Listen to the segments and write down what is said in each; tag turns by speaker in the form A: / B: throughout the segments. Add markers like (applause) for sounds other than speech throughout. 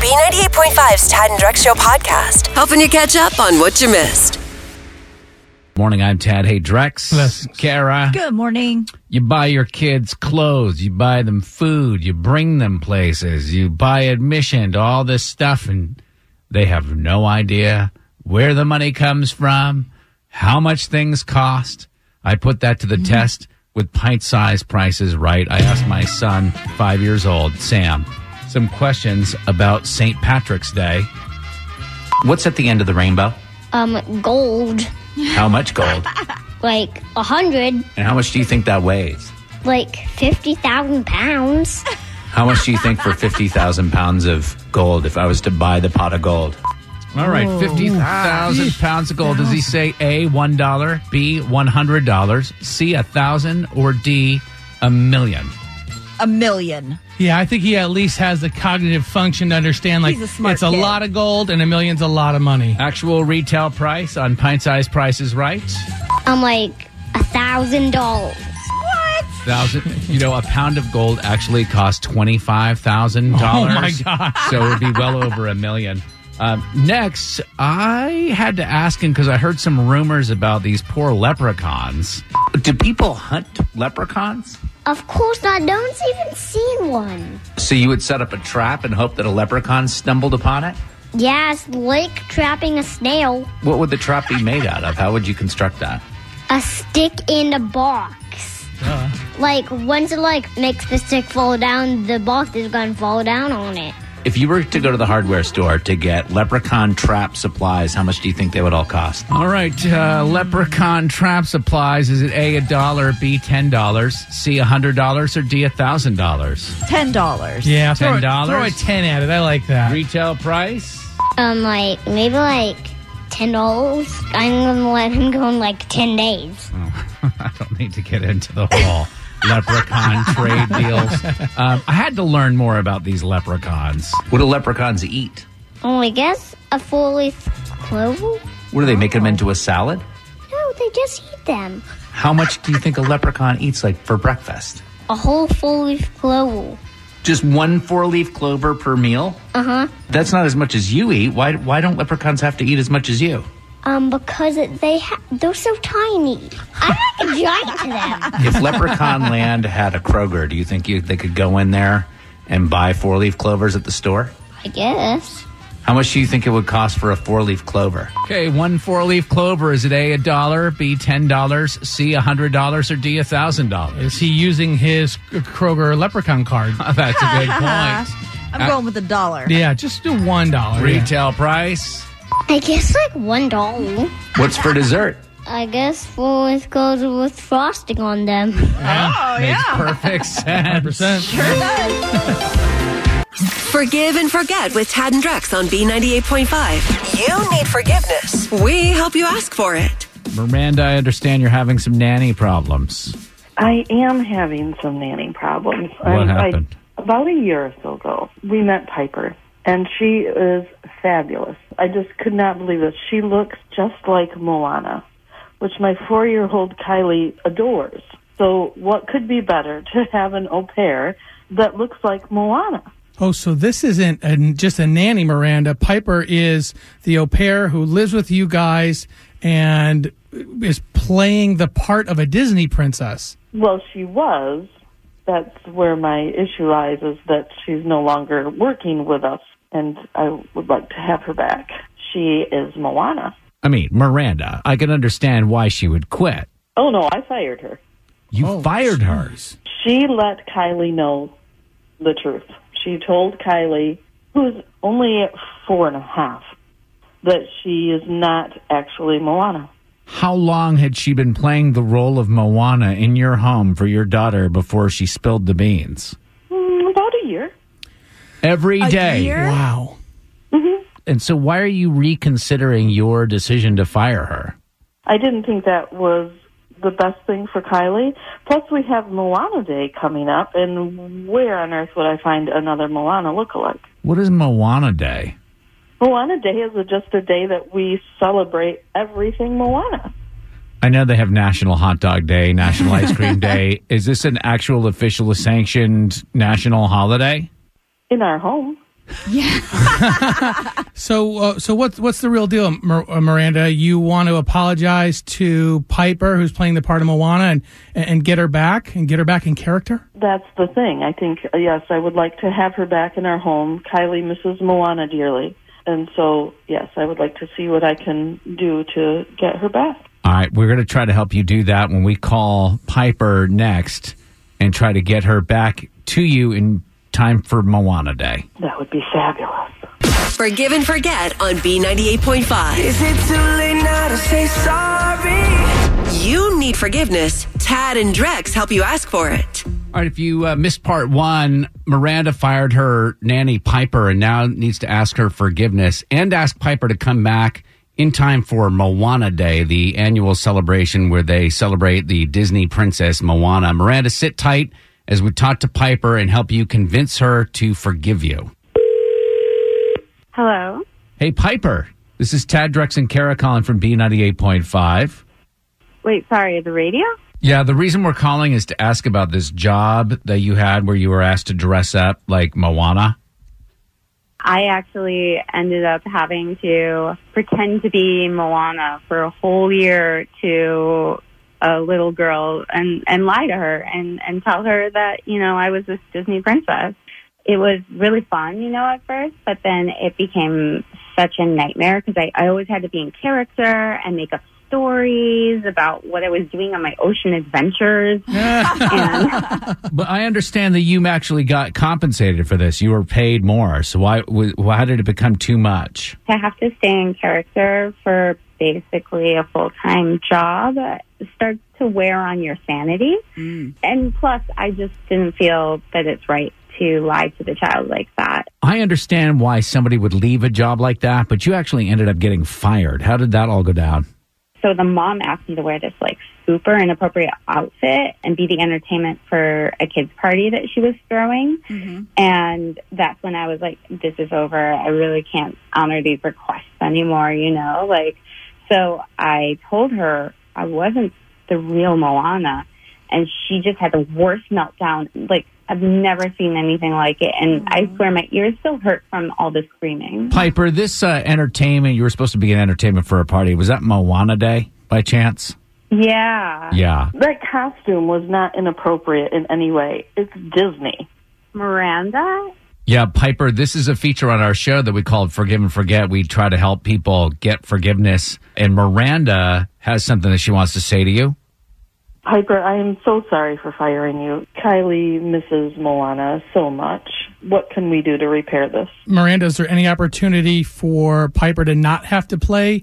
A: B98.5's Tad and Drex Show podcast, helping you catch up on what you missed.
B: Morning, I'm Tad. Hey, Drex. Kara.
C: Good morning.
B: You buy your kids clothes. You buy them food. You bring them places. You buy admission to all this stuff, and they have no idea where the money comes from, how much things cost. I put that to
C: Mm-hmm.
B: the test with pint sized prices right. I asked my son, five years old, Sam, some questions about St. Patrick's Day. What's at the end of the rainbow?
D: um, gold,
B: How much gold?
D: like a hundred,
B: And how much do you think that weighs?
D: like fifty
C: (laughs)
D: thousand pounds.
B: How much do you think for 50,000 pounds of gold if I was to buy the pot of gold? All right, 50,000 pounds of gold. Does he say A, $1, B, $100, C, 1,000, or D, a million?
C: A million.
E: Yeah, I think he at least has the cognitive function to understand like
C: He's a smart
E: it's a
C: kid.
E: lot of gold and a million's a lot of money.
B: Actual retail price on pint size prices, right?
D: I'm like a thousand dollars.
B: Thousand. You know, a pound of gold actually costs $25,000.
E: Oh my god.
B: so it would be well over a million. Um, next, I had to ask him because I heard some rumors about these poor leprechauns. Do people hunt leprechauns?
D: Of course, I don't even see one.
B: So you would set up a trap and hope that a leprechaun stumbled upon it?
D: Yes, like trapping a snail,
B: What would the trap be made out of? How would you construct that?
D: a stick in a box. Like once it like makes the stick fall down, the box is gonna fall down on it.
B: If you were to go to the hardware store to get leprechaun trap supplies, how much do you think they would all cost? All right, uh, leprechaun trap supplies is it A, a dollar, B, $10, C, $100, or D, $1,000?
C: Ten dollars.
E: Yeah, throw a-
B: $10?
E: Throw a 10 at it. I like that.
B: Retail price?
D: Um, like maybe like ten dollars. I'm gonna let him go in like ten days.
B: (laughs) I don't need to get into the (laughs) whole leprechaun trade deals. Um, I had to learn more about these leprechauns. What do leprechauns eat?
D: Oh, I guess a four-leaf clover.
B: What do they make them into a salad?
D: No, they just eat them.
B: How much do you think a leprechaun eats, like for breakfast?
D: A whole full leaf clover.
B: Just one four-leaf clover per meal. Uh
D: Uh-huh.
B: huh. That's not as much as you eat. Why? Why don't leprechauns have to eat as much as you?
D: Um, because it, they ha- they're so tiny. I'm like (laughs) a giant to them.
B: If Leprechaun Land had a Kroger, do you think you, they could go in there and buy four-leaf clovers at the store?
D: I guess.
B: How much do you think it would cost for a four leaf clover? Okay, one four leaf clover is it A, a dollar, B, $10, C, $100, or D, $1,000?
E: Is he using his Kroger leprechaun card?
B: (laughs) (laughs)
C: (laughs)
B: That's a good point.
C: I'm going with a dollar.
E: yeah, just do one dollar. yeah.
B: Retail price.
D: I guess like one dollar.
B: What's for dessert?
D: I guess full leaf goes with frosting on them.
C: Oh yeah. (laughs)
B: Perfect sense.
A: Forgive and forget with Tad and Drex on B98.5. You need forgiveness. We help you ask for it.
B: Miranda, I understand you're having some nanny problems.
F: I am having some nanny problems. What
B: happened?
F: about a year or so ago, we met Piper, and she is fabulous. I just could not believe this. She looks just like Moana, which my four-year-old Kylie adores. So, what could be better (laughs) to have an au pair that looks like Moana?
E: Oh, so this isn't a, just a nanny, Miranda. Piper is the au pair who lives with you guys and is playing the part of a Disney princess.
F: Well, she was. That's where my issue lies is that she's no longer working with us, and I would like to have her back. She is Moana.
B: I mean, Miranda, I can understand why she would quit.
F: Oh no, I fired her.
B: You
C: Oh,
B: fired her.
F: She let Kylie know the truth. She told Kylie, who's only four and a half, that she is not actually Moana.
B: How long had she been playing the role of Moana in your home for your daughter before she spilled the beans?
F: Mm, about a year.
B: Every day.
C: A year? Mm-hmm.
E: Wow.
B: And so, why are you reconsidering your decision to fire her?
F: I didn't think that was the best thing for Kylie. Plus, we have Moana Day coming up, and where on earth would I find another Moana lookalike?
B: What is Moana Day?
F: Moana Day is just a day that we celebrate everything Moana.
B: I know they have National Hot Dog Day, National Ice Cream
C: (laughs)
B: Day. Is this an actual official sanctioned national holiday?
F: In our home,
E: So, uh, so what's what's the real deal, Mir- uh, Miranda? You want to apologize to Piper, who's playing the part of Moana, and and get her back, and get her back in character.
F: That's the thing. I think, uh, yes, I would like to have her back in our home. Kylie misses Moana dearly. And so, yes, I would like to see what I can do to get her back.
B: All right, we're going to try to help you do that when we call Piper next and try to get her back to you in time for Moana Day.
F: That would be fabulous.
A: Forgive and Forget on B98.5.
G: Is it too late now to say sorry?
A: You need forgiveness. Tad and Drex help you ask for it.
B: All right, if you uh, missed part one, Miranda fired her nanny Piper and now needs to ask her forgiveness and ask Piper to come back in time for Moana Day, the annual celebration where they celebrate the Disney princess Moana. Miranda, sit tight as we talk to Piper and help you convince her to forgive you.
H: Hello.
B: Hey, Piper. This is Tad Drex and Kara calling from B98.5.
H: Wait, sorry, the radio?
B: Yeah, the reason we're calling is to ask about this job that you had where you were asked to dress up like Moana.
H: I actually ended up having to pretend to be Moana for a whole year to a little girl and, and lie to her and, and tell her that, you know, I was this Disney princess. It was really fun, you know, at first, but then it became such a nightmare because I, I always had to be in character and make up stories about what I was doing on my ocean adventures. (laughs) and
B: But I understand that you actually got compensated for this. You were paid more. So why wh- why did it become too much?
H: to have to stay in character for basically a full time job starts to wear on your sanity. And plus, I just didn't feel that it's right to lie to the child like that.
B: I understand why somebody would leave a job like that, but you actually ended up getting fired. How did that all go down?
H: So the mom asked me to wear this like super inappropriate outfit and be the entertainment for a kids party that she was throwing. And that's when I was like, this is over. I really can't honor these requests anymore, you know, like, so I told her I wasn't the real Moana and she just had the worst meltdown. Like I've never seen anything like it. And I swear my ears still hurt from all the screaming.
B: Piper, this uh, entertainment, you were supposed to be an entertainment for a party. Was that Moana Day by chance?
H: Yeah.
B: Yeah.
F: That costume was not inappropriate in any way. It's Disney.
H: Miranda,
B: Yeah, Piper, this is a feature on our show that we called Forgive and Forget. We try to help people get forgiveness. And Miranda has something that she wants to say to you.
F: Piper, I am so sorry for firing you. Kylie misses Moana so much. What can we do to repair this?
E: Miranda, is there any opportunity for Piper to not have to play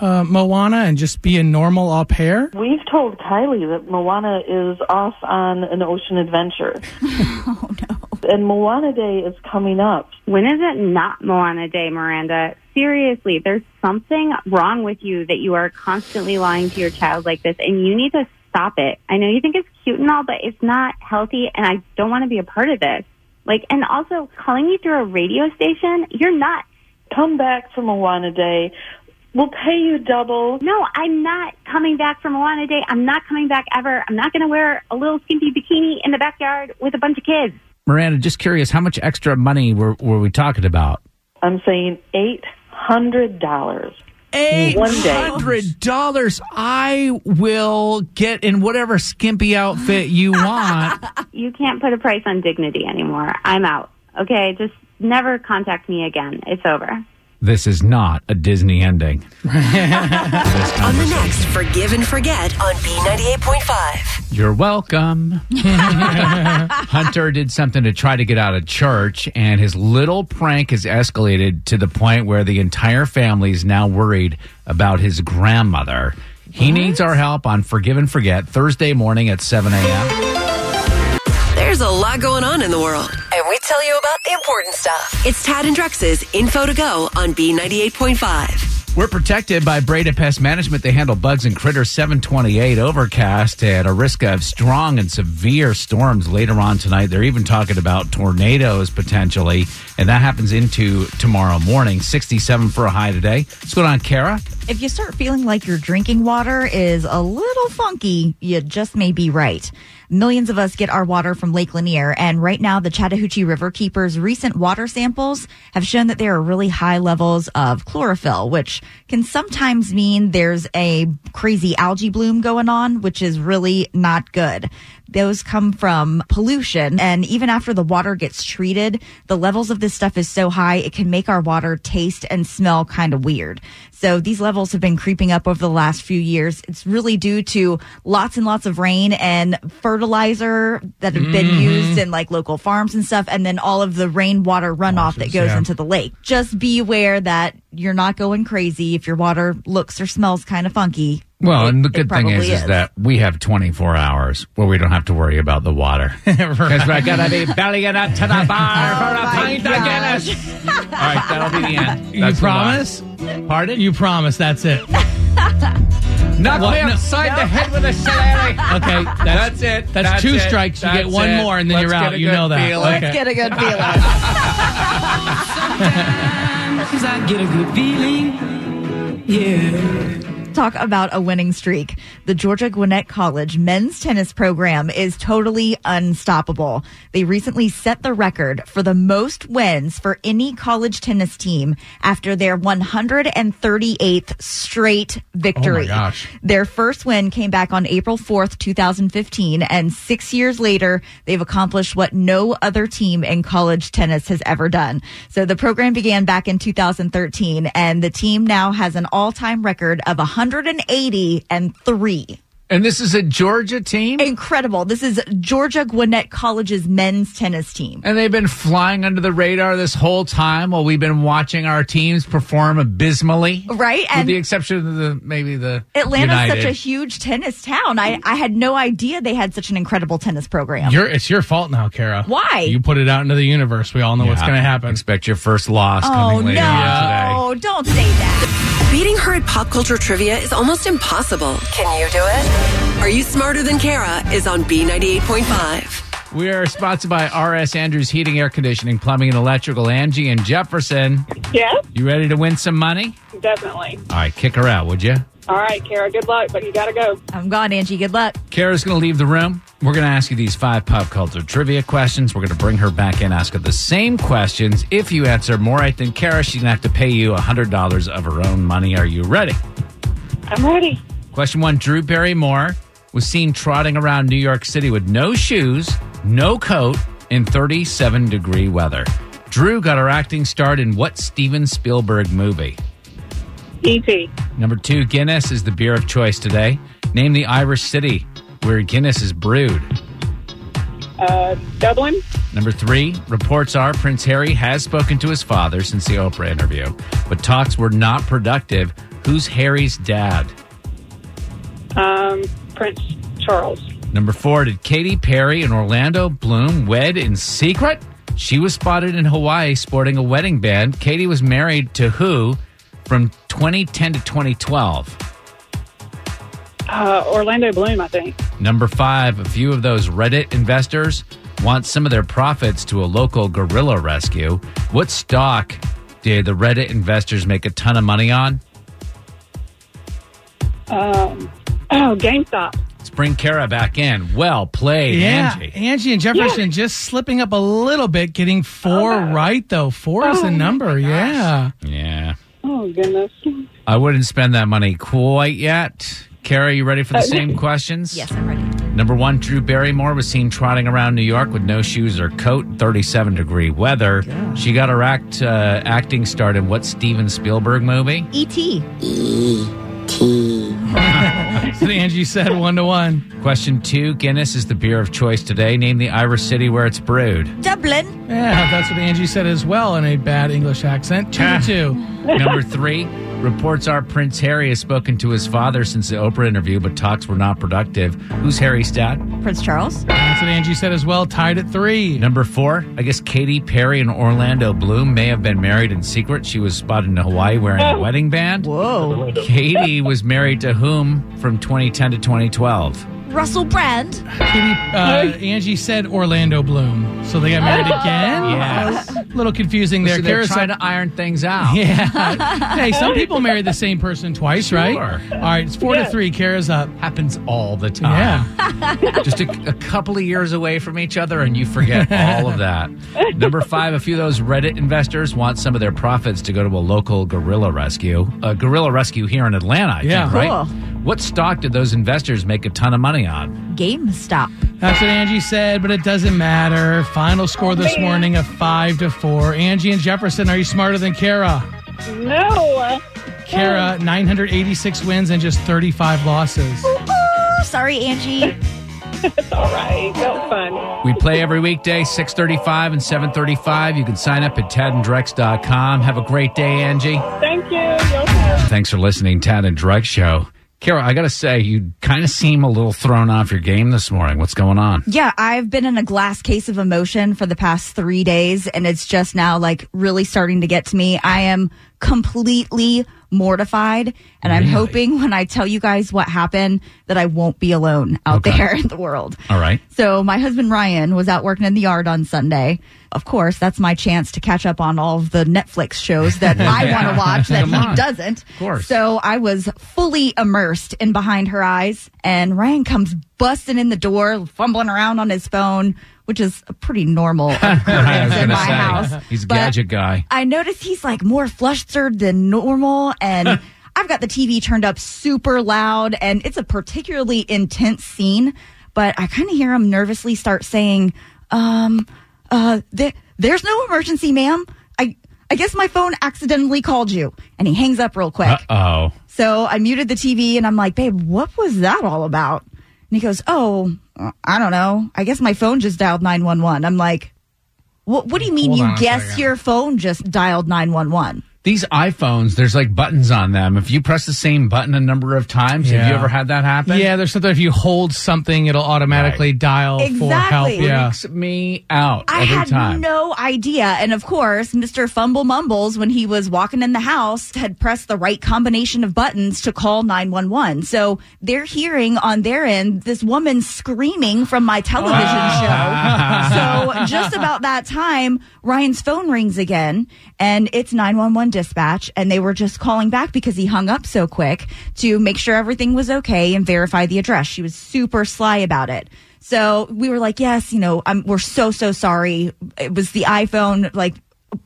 E: uh, Moana and just be a normal au pair?
F: We've told Kylie that Moana is off on an ocean adventure. oh, no. And Moana Day is coming up.
H: When is it not Moana Day, Miranda? Seriously, there's something wrong with you that you are constantly lying to your child like this, and you need to stop it. I know you think it's cute and all, but it's not healthy, and I don't want to be a part of this. Like, and also calling you through a radio station, you're not.
F: Come back for Moana Day. We'll pay you double.
H: No, I'm not coming back from Moana Day. I'm not coming back ever. I'm not going to wear a little skimpy bikini in the backyard with a bunch of kids.
B: Miranda, just curious, how much extra money were, were we talking about?
F: I'm saying $800. One day.
B: $800. I will get in whatever skimpy outfit you
F: (laughs)
B: want.
H: you can't put a price on dignity anymore. I'm out. Okay, just never contact me again. It's over.
B: this is not a Disney ending.
A: On the next Forgive and Forget
B: (laughs)
A: on B98.5.
B: You're welcome. Hunter did something to try to get out of church, and his little prank has escalated to the point where the entire family is now worried about his grandmother. He needs our help on Forgive and Forget Thursday morning at 7 a.m.
A: There's a lot going on in the world, and we tell you about the important stuff. It's Tad and Drex's Info to Go on B98.5.
B: We're protected by Breda Pest Management. They handle bugs and critters 728 overcast at a risk of strong and severe storms later on tonight. They're even talking about tornadoes potentially, and that happens into tomorrow morning. 67 for a high today. What's going on, Kara?
C: If you start feeling like your drinking water is a little funky, you just may be right. Millions of us get our water from Lake Lanier, and right now the Chattahoochee River Keeper's recent water samples have shown that there are really high levels of chlorophyll, which can sometimes mean there's a crazy algae bloom going on, which is really not good. Those come from pollution, and even after the water gets treated, the levels of this stuff is so high it can make our water taste and smell kind of weird. So these levels have been creeping up over the last few years. It's really due to lots and lots of rain and fertilizer that have been used in like local farms and stuff, and then all of the rainwater runoff that goes into the lake. Just be aware that you're not going crazy if your water looks or smells kind of funky.
B: Well,
C: It-
B: and the
C: it
B: good thing is,
C: probably
B: is that we have 24 hours where we don't have to worry about the (laughs) water. Because we're going to be bellying up to the bar for a
C: Oh my
B: pint of
C: gosh. (laughs)
B: Guinness. (laughs) All right, that'll be the end.
E: You
B: That's the
E: promise?
B: line. Pardon?
E: You promise that's it. (laughs)
B: knock me
E: no.
B: upside the head with a
E: (laughs)
B: shillelagh.
E: Okay, that's,
B: That's it.
E: That's two
B: it.
E: strikes. You get
B: That's
E: one
B: it.
E: more, and then
B: Let's
E: you're
B: get
E: out.
B: a
E: You
B: good
E: know that.
B: feeling.
C: (laughs)
E: Okay.
C: Get a good feeling.
G: Sometimes I get a good feeling. Yeah.
C: Talk about a winning streak. The Georgia Gwinnett College men's tennis program is totally unstoppable. They recently set the record for the most wins for any college tennis team after their 138th straight victory.
B: Oh gosh.
C: Their first win came back on April 4th, 2015, and six years later, they've accomplished what no other team in college tennis has ever done. So the program began back in 2013, and the team now has an all time record of 180 and three.
B: And this is a Georgia team?
C: Incredible. This is Georgia Gwinnett College's men's tennis team.
B: And they've been flying under the radar this whole time while we've been watching our teams perform abysmally.
C: Right,
B: With
C: and-
B: the exception of the maybe the
C: Atlanta's
B: United.
C: such a huge tennis town. I, I had no idea they had such an incredible tennis program.
E: Your- it's your fault now, Kara.
C: Why?
E: You put it out into the universe. We all know what's
B: Yeah.
E: going to happen.
B: Expect your first loss
C: oh,
B: coming
C: no.
B: later on today.
C: Don't say that.
A: Beating her at pop culture trivia is almost impossible. Can you do it? Are You Smarter Than Kara is on B98.5.
B: We are sponsored by RS Andrews Heating, Air Conditioning, Plumbing, and Electrical. Angie and Jefferson,
I: Yes,
B: you ready to win some money?
I: definitely.
B: All right, kick her out, would you?
I: All right, Kara, good luck, but you got to go.
C: I'm gone, Angie. Good luck.
B: Kara's going to leave the room. We're going to ask you these five pop culture trivia questions. We're going to bring her back in, ask her the same questions. If you answer more right than Kara, she's going to have to pay you $100 of her own money. Are you ready?
I: I'm ready.
B: Question one Drew Barrymore was seen trotting around New York City with no shoes, no coat, in 37 degree weather. Drew got her acting start in what Steven Spielberg movie?
J: E
I: E.T.
B: Number two, Guinness is the beer of choice today. Name the Irish city where Guinness is brewed.
I: Uh, Dublin.
B: Number three, reports are Prince Harry has spoken to his father since the Oprah interview, but talks were not productive. Who's Harry's dad?
I: Um, Prince Charles.
B: Number four, did Katy Perry and Orlando Bloom wed in secret? She was spotted in Hawaii sporting a wedding band. Katy was married to who from 2010 to 2012?
I: Uh, Orlando Bloom, I think.
B: Number five, a few of those Reddit investors want some of their profits to a local gorilla rescue. What stock did the Reddit investors make a ton of money on?
J: (clears throat)
I: Um, oh, GameStop.
B: Let's bring Kara back in. Well played,
E: Yeah,
B: Angie.
E: Angie and Jefferson just slipping up a little bit, getting four
I: Oh,
E: right though. Four is the number. Yeah,
B: Yeah.
I: Oh, goodness.
B: I wouldn't spend that money quite yet. Kara, you ready for the same questions?
C: Yes, I'm ready.
B: Number one, Drew Barrymore was seen trotting around New York with no shoes or coat, 37 degree weather. She got her act uh, acting start in what Steven Spielberg movie?
C: E.T.
E: So (laughs) Angie said one to one.
B: Question two, Guinness is the beer of choice today. Name the Irish city where it's brewed.
C: Dublin.
E: Yeah, that's what Angie said as well in a bad English accent. Two to two.
B: Ah. (laughs) Number three, reports are Prince Harry has spoken to his father since the Oprah interview, but talks were not productive. Who's Harry's dad?
C: Prince Charles.
E: That's what Angie said as well. Tied at three.
B: Number four, I guess Katy Perry and Orlando Bloom may have been married in secret. She was spotted in Hawaii wearing a wedding band.
C: Whoa.
B: Katie was married to whom from 2010 to 2012?
C: Russell Brand.
E: Kitty, uh, Angie said Orlando Bloom, so they got married again.
B: Oh. Yes.
E: A little confusing there.
B: So they're
E: Karis-
B: trying to iron things out.
E: yeah. hey, some
B: (laughs)
E: people marry the same person twice, right?
B: Sure.
E: All right, it's four to
I: Yes.
E: three. Kara's up.
B: Happens all the time.
E: Yeah.
B: just a, a couple of years away from each other and you forget all of that. Number five, a few of those Reddit investors want some of their profits to go to a local gorilla rescue, a gorilla rescue here in Atlanta, I
E: Yeah.
B: think, right?
C: Cool.
B: What stock did those investors make a ton of money on?
C: GameStop.
E: That's what Angie said, but it doesn't matter. Final score this morning of five to four. Angie and Jefferson, are you smarter than Kara?
I: No.
E: Kara, 986 wins and just 35 losses.
C: Ooh, sorry, Angie.
I: (laughs) It's all right. That was fun.
B: We play every weekday, 635 and 735. You can sign up at tadandrex.com. Have a great day, Angie.
I: Thank you. Y'all too.
B: Thanks for listening, Tad and Drex Show. Kara, I got to say, you kind of seem a little thrown off your game this morning. What's
C: (laughs)
B: going on?
C: Yeah, I've been in a glass case of emotion for the past three days, and it's just now like really starting to get to me. I am completely mortified, and I'm hoping when I tell you guys what happened that I won't be alone out
B: Okay.
C: there (laughs) in the world.
B: All right.
C: So my husband Ryan was out working in the yard on Sunday. Of course, that's my chance to catch up on all of the Netflix shows that
B: (laughs)
C: I want to watch that
B: Come
C: he
B: on.
C: doesn't. Of
B: course.
C: So I was fully immersed in Behind Her Eyes, and Ryan comes busting in the door, fumbling around on his phone, which is a pretty
B: (laughs)
C: normal
B: I was
C: occurrence in
B: gonna
C: my
B: say,
C: house.
B: He's a
C: But-
B: gadget guy.
C: I noticed he's like more flustered than normal and I've got the TV turned up super loud and it's a particularly intense scene, but I kind of hear him nervously start saying, um, uh, th- there's no emergency, ma'am. I, I guess my phone accidentally called you and he hangs up real quick.
B: Oh,
C: So I muted the TV and I'm like, babe, what was that all about? And he goes, oh, I don't know. I guess my phone just dialed 911. I'm like, what, what do you mean
E: Hold on
C: you
E: a
C: guess
E: second.
C: your phone just dialed 911?
B: these iPhones, there's like buttons on them. If you press the same button a number of times, have you
E: Yeah.
B: ever had that happen?
E: yeah, there's something if you hold something, it'll automatically dial for help.
C: Exactly.
E: Yeah.
B: Freaks me out
C: I
B: every
C: had
B: time.
C: no idea. And of course, Mr. Fumble Mumbles, when he was walking in the house, had pressed the right combination of buttons to call 911. So they're hearing on their end this woman screaming from my television
E: (laughs)
B: (laughs)
C: show. so just about that time, Ryan's phone rings again and it's 911 dispatch. And they were just calling back because he hung up so quick to make sure everything was okay and verify the address. She was super sly about it. So we were like, yes, you know, um, we're so, so sorry. It was the iPhone. Like,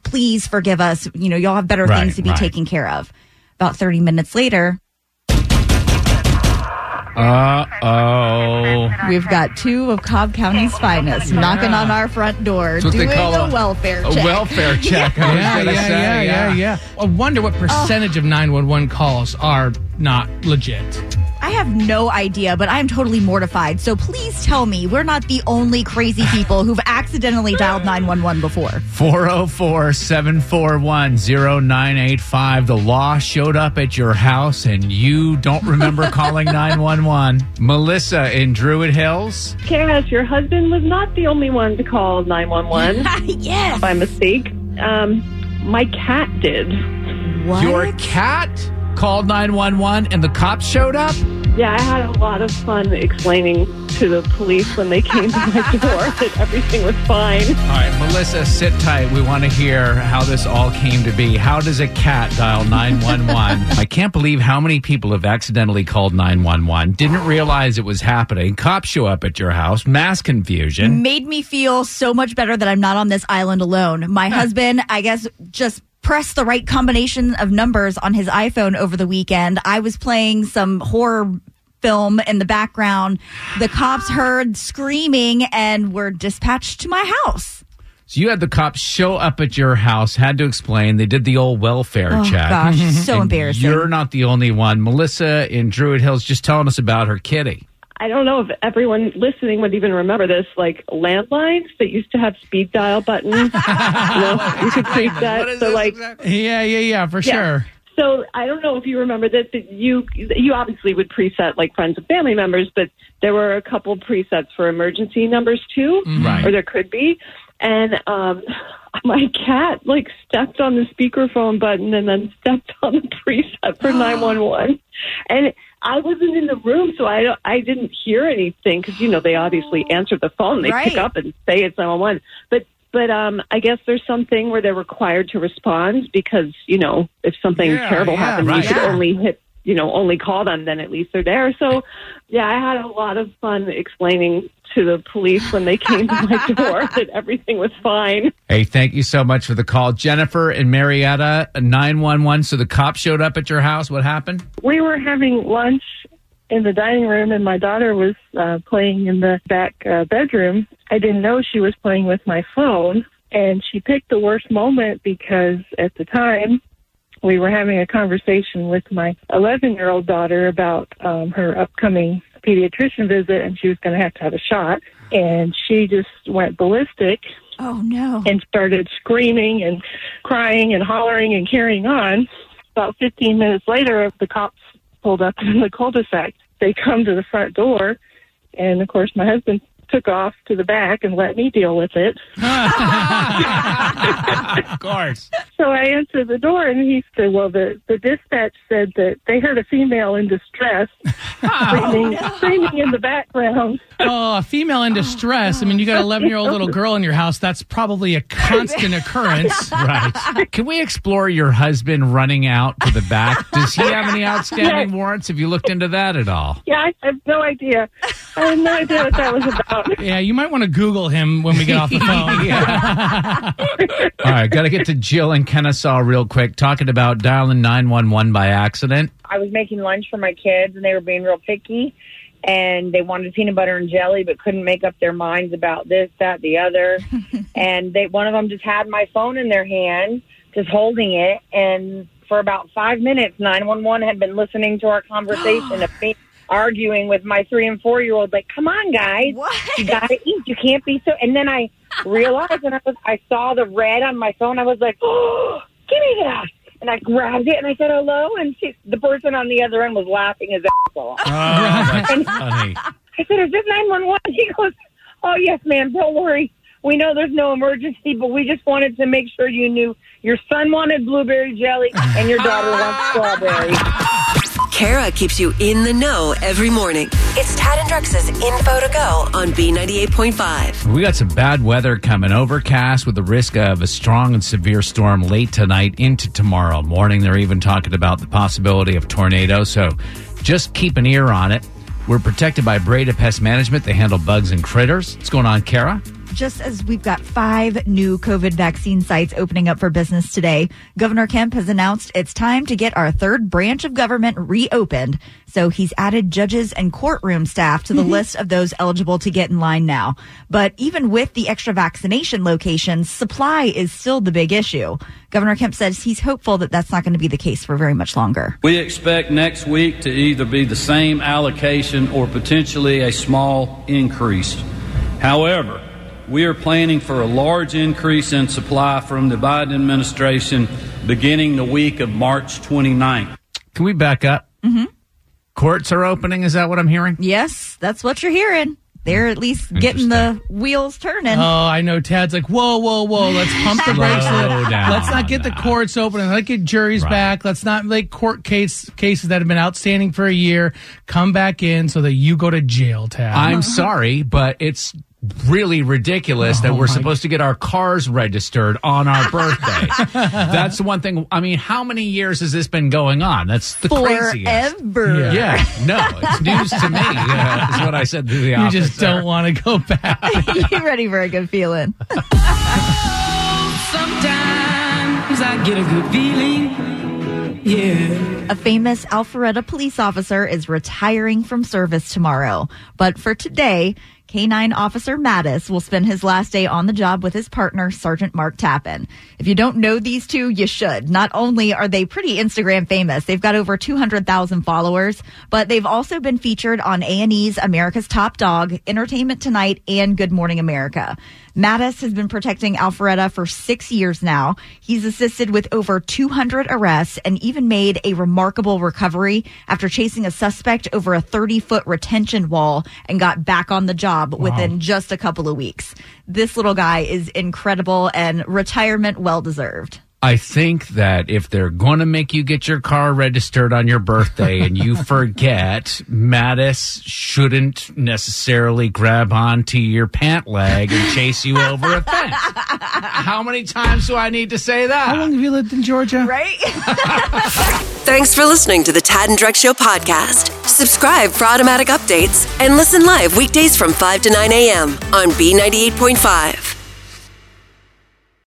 C: please forgive us. You know, y'all have better
B: Right,
C: things to be
B: right.
C: taken care of. About 30 minutes later,
B: Uh oh.
C: we've got two of Cobb County's finest knocking on our front door
B: what they
C: doing
B: call
C: a,
B: a-
C: welfare
B: A
C: check. (laughs)
B: welfare check. I was
E: Yeah,
B: gonna
E: yeah,
B: say,
E: yeah, yeah, yeah. I wonder what percentage
C: Oh.
E: of 911 calls are not legit.
C: I have no idea, but I'm totally mortified. So please tell me we're not the only crazy people who've accidentally dialed 911 before.
B: 404 741 0985. The law showed up at your house and you don't remember calling 911. Melissa in Druid Hills.
I: Cass, your husband was not the only one to call 911
C: yes.
I: by mistake. Um, my cat did.
C: What?
B: Your cat called 911 and the cops showed up?
I: Yeah, I had a lot of fun explaining to the police when they came to my door (laughs) that everything was fine.
B: All right, Melissa, sit tight. We want to hear how this all came to be. How does a cat
C: (laughs)
B: dial 911? I can't believe how many people have accidentally called 911, didn't realize it was happening. Cops show up at your house, mass confusion.
C: made me feel so much better that I'm not on this island alone. My husband, I guess, just pressed the right combination of numbers on his iPhone over the weekend. I was playing some horror film in the background. The cops heard screaming and were dispatched to my house.
B: So you had the cops show up at your house, had to explain. They did the old welfare
C: Oh
B: check.
C: gosh, so
B: (laughs) And
C: embarrassing.
B: You're not the only one. Melissa in Druid Hills just telling us about her kitty.
I: I don't know if everyone listening would even remember this, like landlines that used to have speed dial buttons. you, know, you could save that. So, like,
E: Yeah, yeah, yeah, for sure.
I: so I don't know if you remember that, that you you obviously would preset like friends and family members, but there were a couple presets for emergency numbers too,
E: Mm-hmm.
B: Right.
I: or there could be. and um, my cat like stepped on the speakerphone button and then stepped on the preset for nine one one, and I wasn't in the room, so I don't- I didn't hear anything because you know they obviously answer the phone, they
C: Right.
I: pick up and say it's nine one one, but. But um, I guess there's something where they're required to respond because you know if something
B: Yeah,
I: terrible
B: yeah,
I: happens,
B: right.
I: you should
B: Yeah.
I: only hit you know only call them. Then at least they're there. So yeah, I had a lot of fun explaining to the police when they came to my (laughs) door that everything was fine.
B: Hey, thank you so much for the call. Jennifer and Marietta, 911. So the cop showed up at your house. What happened?
J: we were having lunch in the dining room and my daughter was uh, playing in the back uh, bedroom i didn't know she was playing with my phone and she picked the worst moment because at the time we were having a conversation with my 11 year old daughter about um, her upcoming pediatrician visit and she was going to have to have a shot and she just went ballistic
C: Oh no.
J: and started screaming and crying and hollering and carrying on. About 15 minutes later, the cops pulled up in the cul-de-sac. They come to the front door, and of course, my husband took off to the back and let me deal with it.
B: Of course.
J: So I answered the door, and he said, "Well, the the dispatch said that they heard a female in distress screaming, screaming in the background."
E: Oh, a female in distress. I mean, you got an 11 year old little girl in your house. That's probably a constant occurrence.
B: (laughs) Right. Can we explore your husband running out to the back? Does he have any outstanding warrants? Have you looked into that at all?
J: Yeah, I have no idea. I have no idea what that was about.
E: Yeah, you might want to Google him when we get off the
B: (laughs)
E: phone.
B: All right, got to get to Jill and Kennesaw real quick, talking about dialing 911 by accident.
K: I was making lunch for my kids, and they were being real picky, and they wanted peanut butter and jelly, but couldn't make up their minds about this, that, the other. and they, one of them just had my phone in their hand, just holding it, and for about five minutes, nine one one had been listening to our conversation of me arguing with my three and four year old, like, "Come on, guys, you gotta eat. You can't be so." And then I realized, and I was, I saw the red on my phone. I was like, "Oh, give me that." And I grabbed it and I said hello, and she, the person on the other end was laughing his ass off.
B: that's funny.
K: I said, "Is this nine one one?" (laughs) He goes, "Oh yes, ma'am. Don't worry. We know there's no emergency, but we just wanted to make sure you knew your son wanted blueberry jelly and your daughter wants strawberry."
A: Kara keeps you in the know every morning. It's Tad and Drex's Info to Go on B98.5.
B: We got some bad weather coming overcast with the risk of a strong and severe storm late tonight into tomorrow morning. They're even talking about the possibility of tornadoes. So just keep an ear on it. We're protected by Breda Pest Management. They handle bugs and critters. What's going on, Kara?
C: Just as we've got five new COVID vaccine sites opening up for business today, Governor Kemp has announced it's time to get our third branch of government reopened. So he's added judges and courtroom staff to the list of those eligible to get in line now. But even with the extra vaccination locations, supply is still the big issue. Governor Kemp says he's hopeful that that's not going to be the case for very much longer.
L: We expect next week to either be the same allocation or potentially a small increase. However, we are planning for a large increase in supply from the Biden administration beginning the week of March 29th.
B: Can we back up? Mm-hmm. Courts are opening. Is that what I'm hearing?
C: Yes, that's what you're hearing. They're at least getting the wheels turning.
E: Oh, I know. Tad's like, whoa, whoa, whoa. Let's pump the
B: Slow
E: brakes. a little.
B: down.
E: Let's not get the courts open. Let's not get juries back. Let's not make court case cases that have been outstanding for a year come back in so that you go to jail, Tad. (laughs)
B: I'm sorry, but it's really ridiculous
E: Oh
B: that we're supposed to get our cars registered on
E: (laughs)
B: our birthday. That's the one thing. I mean, how many years has this been going on? That's the craziest.
C: Forever.
B: Yeah. no, it's news to me. Yeah, is what I said to the
E: You
B: officer.
E: just don't want to go back.
C: (laughs) you ready for a good feeling?
G: Sometimes I get a good feeling. Yeah.
C: A famous Alpharetta police officer is retiring from service tomorrow. But for today, K9 Officer Mattis will spend his last day on the job with his partner, Sergeant Mark Tappan. If you don't know these two, you should. Not only are they pretty Instagram famous, they've got over 200,000 followers, but they've also been featured on A&E's America's Top Dog, Entertainment Tonight, and Good Morning America. Mattis has been protecting Alpharetta for six years now. He's assisted with over 200 arrests and even made a remarkable recovery after chasing a suspect over a 30 foot retention wall and got back on the job within just a couple of weeks. This little guy is incredible and retirement well deserved.
B: I think that if they're going to make you get your car registered on your birthday and you forget, Mattis shouldn't necessarily grab onto your pant leg and chase you over a fence. How many times do I need to say that? How long
E: have you lived in Georgia?
C: Right?
A: Thanks for listening to the Tad and Drex Show podcast. Subscribe for automatic updates and listen live weekdays from 5 to 9 a.m. on B98.5.